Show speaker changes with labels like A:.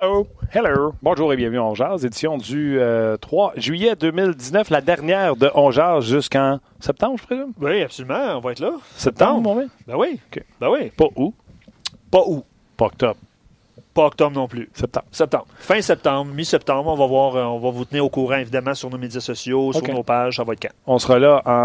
A: Hello, Oh, hello. Bonjour et bienvenue à Ongears, édition du euh, 3 juillet 2019, la dernière de Ongears jusqu'en septembre, je présume.
B: Oui, absolument. On va être là.
A: Septembre, mon mec?
B: Ben oui.
A: Ok.
B: Ben oui.
A: Pas où?
B: Pas où.
A: Pas octobre,
B: Pas octobre non plus.
A: septembre.
B: Septembre. Fin septembre, mi-septembre, on va voir, euh, on va vous tenir au courant évidemment sur nos médias sociaux,
A: Ok.
B: sur nos pages, ça va être quand.
A: On sera là en